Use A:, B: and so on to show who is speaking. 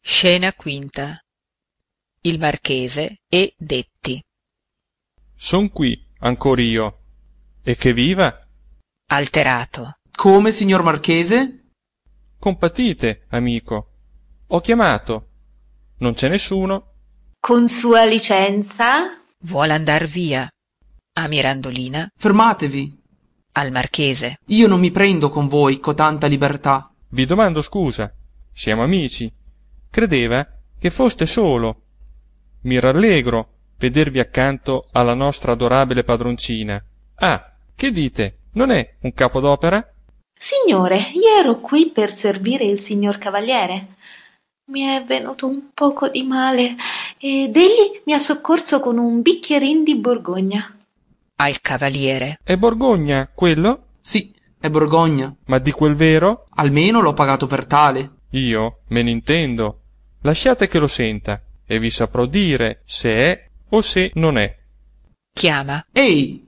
A: scena v il marchese e detti
B: son qui ancor io e che viva
A: alterato
C: come signor marchese
B: compatite amico ho chiamato non c'è nessuno
D: con sua licenza
A: vuol andar via a mirandolina
C: fermatevi
A: al marchese
C: io non mi prendo con voi cotanta libertà
B: vi domando scusa siamo amici credeva che foste solo mi rallegro vedervi accanto alla nostra adorabile padroncina ah che dite non è un capo d'opera
D: signore io ero qui per servire il signor cavaliere mi è venuto un poco di male ed egli mi ha soccorso con un bicchierin di borgogna
A: al cavaliere
B: è borgogna quello
C: sì è borgogna
B: ma di quel vero
C: almeno l'ho pagato per tale
B: io me n'intendo. Lasciate che lo senta e vi saprò dire se è o se non è.
A: Chiama.
C: Ehi,